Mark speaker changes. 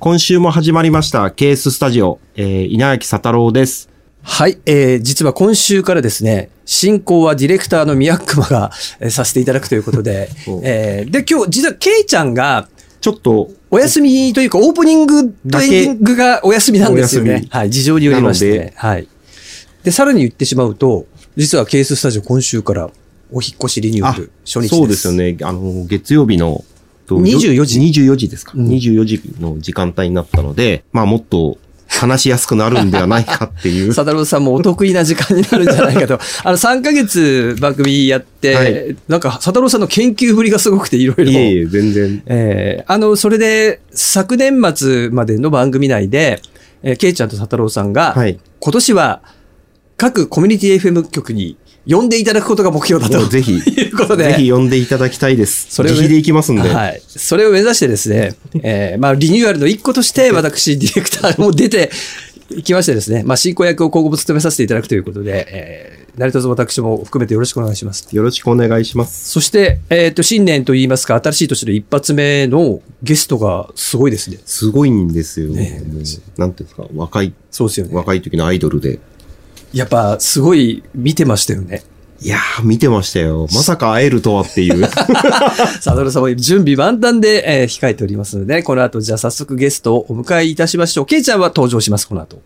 Speaker 1: 今週も始まりましたケーススタジオ、えー、稲垣佐太郎です。
Speaker 2: はい、えー、実は今週からですね、進行はディレクターの宮熊が、えーさせていただくということで
Speaker 1: お、
Speaker 2: えーで、今日、実はケイちゃんが、
Speaker 1: ちょっと、
Speaker 2: お休みというか、オープニングとエンディングがお休みなんですよ
Speaker 1: お
Speaker 2: ね
Speaker 1: 休み。
Speaker 2: はい、事情によりまし
Speaker 1: なので
Speaker 2: て。はい。で、さらに言ってしまうと、実はケーススタジオ今週からお引っ越しリニューアル初日です。
Speaker 1: そうですよ。ね。あの、月曜日の、と
Speaker 2: 24時
Speaker 1: 24時ですか、
Speaker 2: うん
Speaker 1: ?24 時の時間帯になったので、まあもっと話しやすくなるんではないかっていう。
Speaker 2: 佐太郎 さんもお得意な時間になるんじゃないかと。あの、3ヶ月番組やって、
Speaker 1: はい
Speaker 2: なんか佐太郎さんの研究ぶりがすごくていろいろ。
Speaker 1: いえいえ、全然。
Speaker 2: えーあの、それで、昨年末までの番組内で、えー、ケイちゃんと佐太郎さんが、
Speaker 1: はい。
Speaker 2: 今年は、各コミュニティ FM 局に呼んでいただくことが目標だ
Speaker 1: もう
Speaker 2: と。
Speaker 1: ぜひ、
Speaker 2: と いうことで。
Speaker 1: ぜひ呼んでいただきたいです。
Speaker 2: それを
Speaker 1: 自費で行きますんで。
Speaker 2: はい。それを目指してですね、えーまあ、リニューアルの一個として、私、ディレクターも出ていきましてですね、まあ、進行役を今後も務めさせていただくということで、えー、成田私も含めてよろしくお願いします。
Speaker 1: よろしくお願いします。
Speaker 2: そして、えっ、と、新年といいますか、新しい年の一発目のゲストがすごいですね。
Speaker 1: すごいんですよ。
Speaker 2: ねえ
Speaker 1: もうなんていうんですか、若い、
Speaker 2: そうですよね。
Speaker 1: 若い時のアイドルで。
Speaker 2: やっぱ、すごい見てましたよね。
Speaker 1: いやー、見てましたよ。まさか会えるとはっていう。
Speaker 2: サドルさんも準備万端で、えー控えておりますので、この後、じゃあ早速ゲストをお迎えいたしましょう。ケイちゃんは登場します、この後。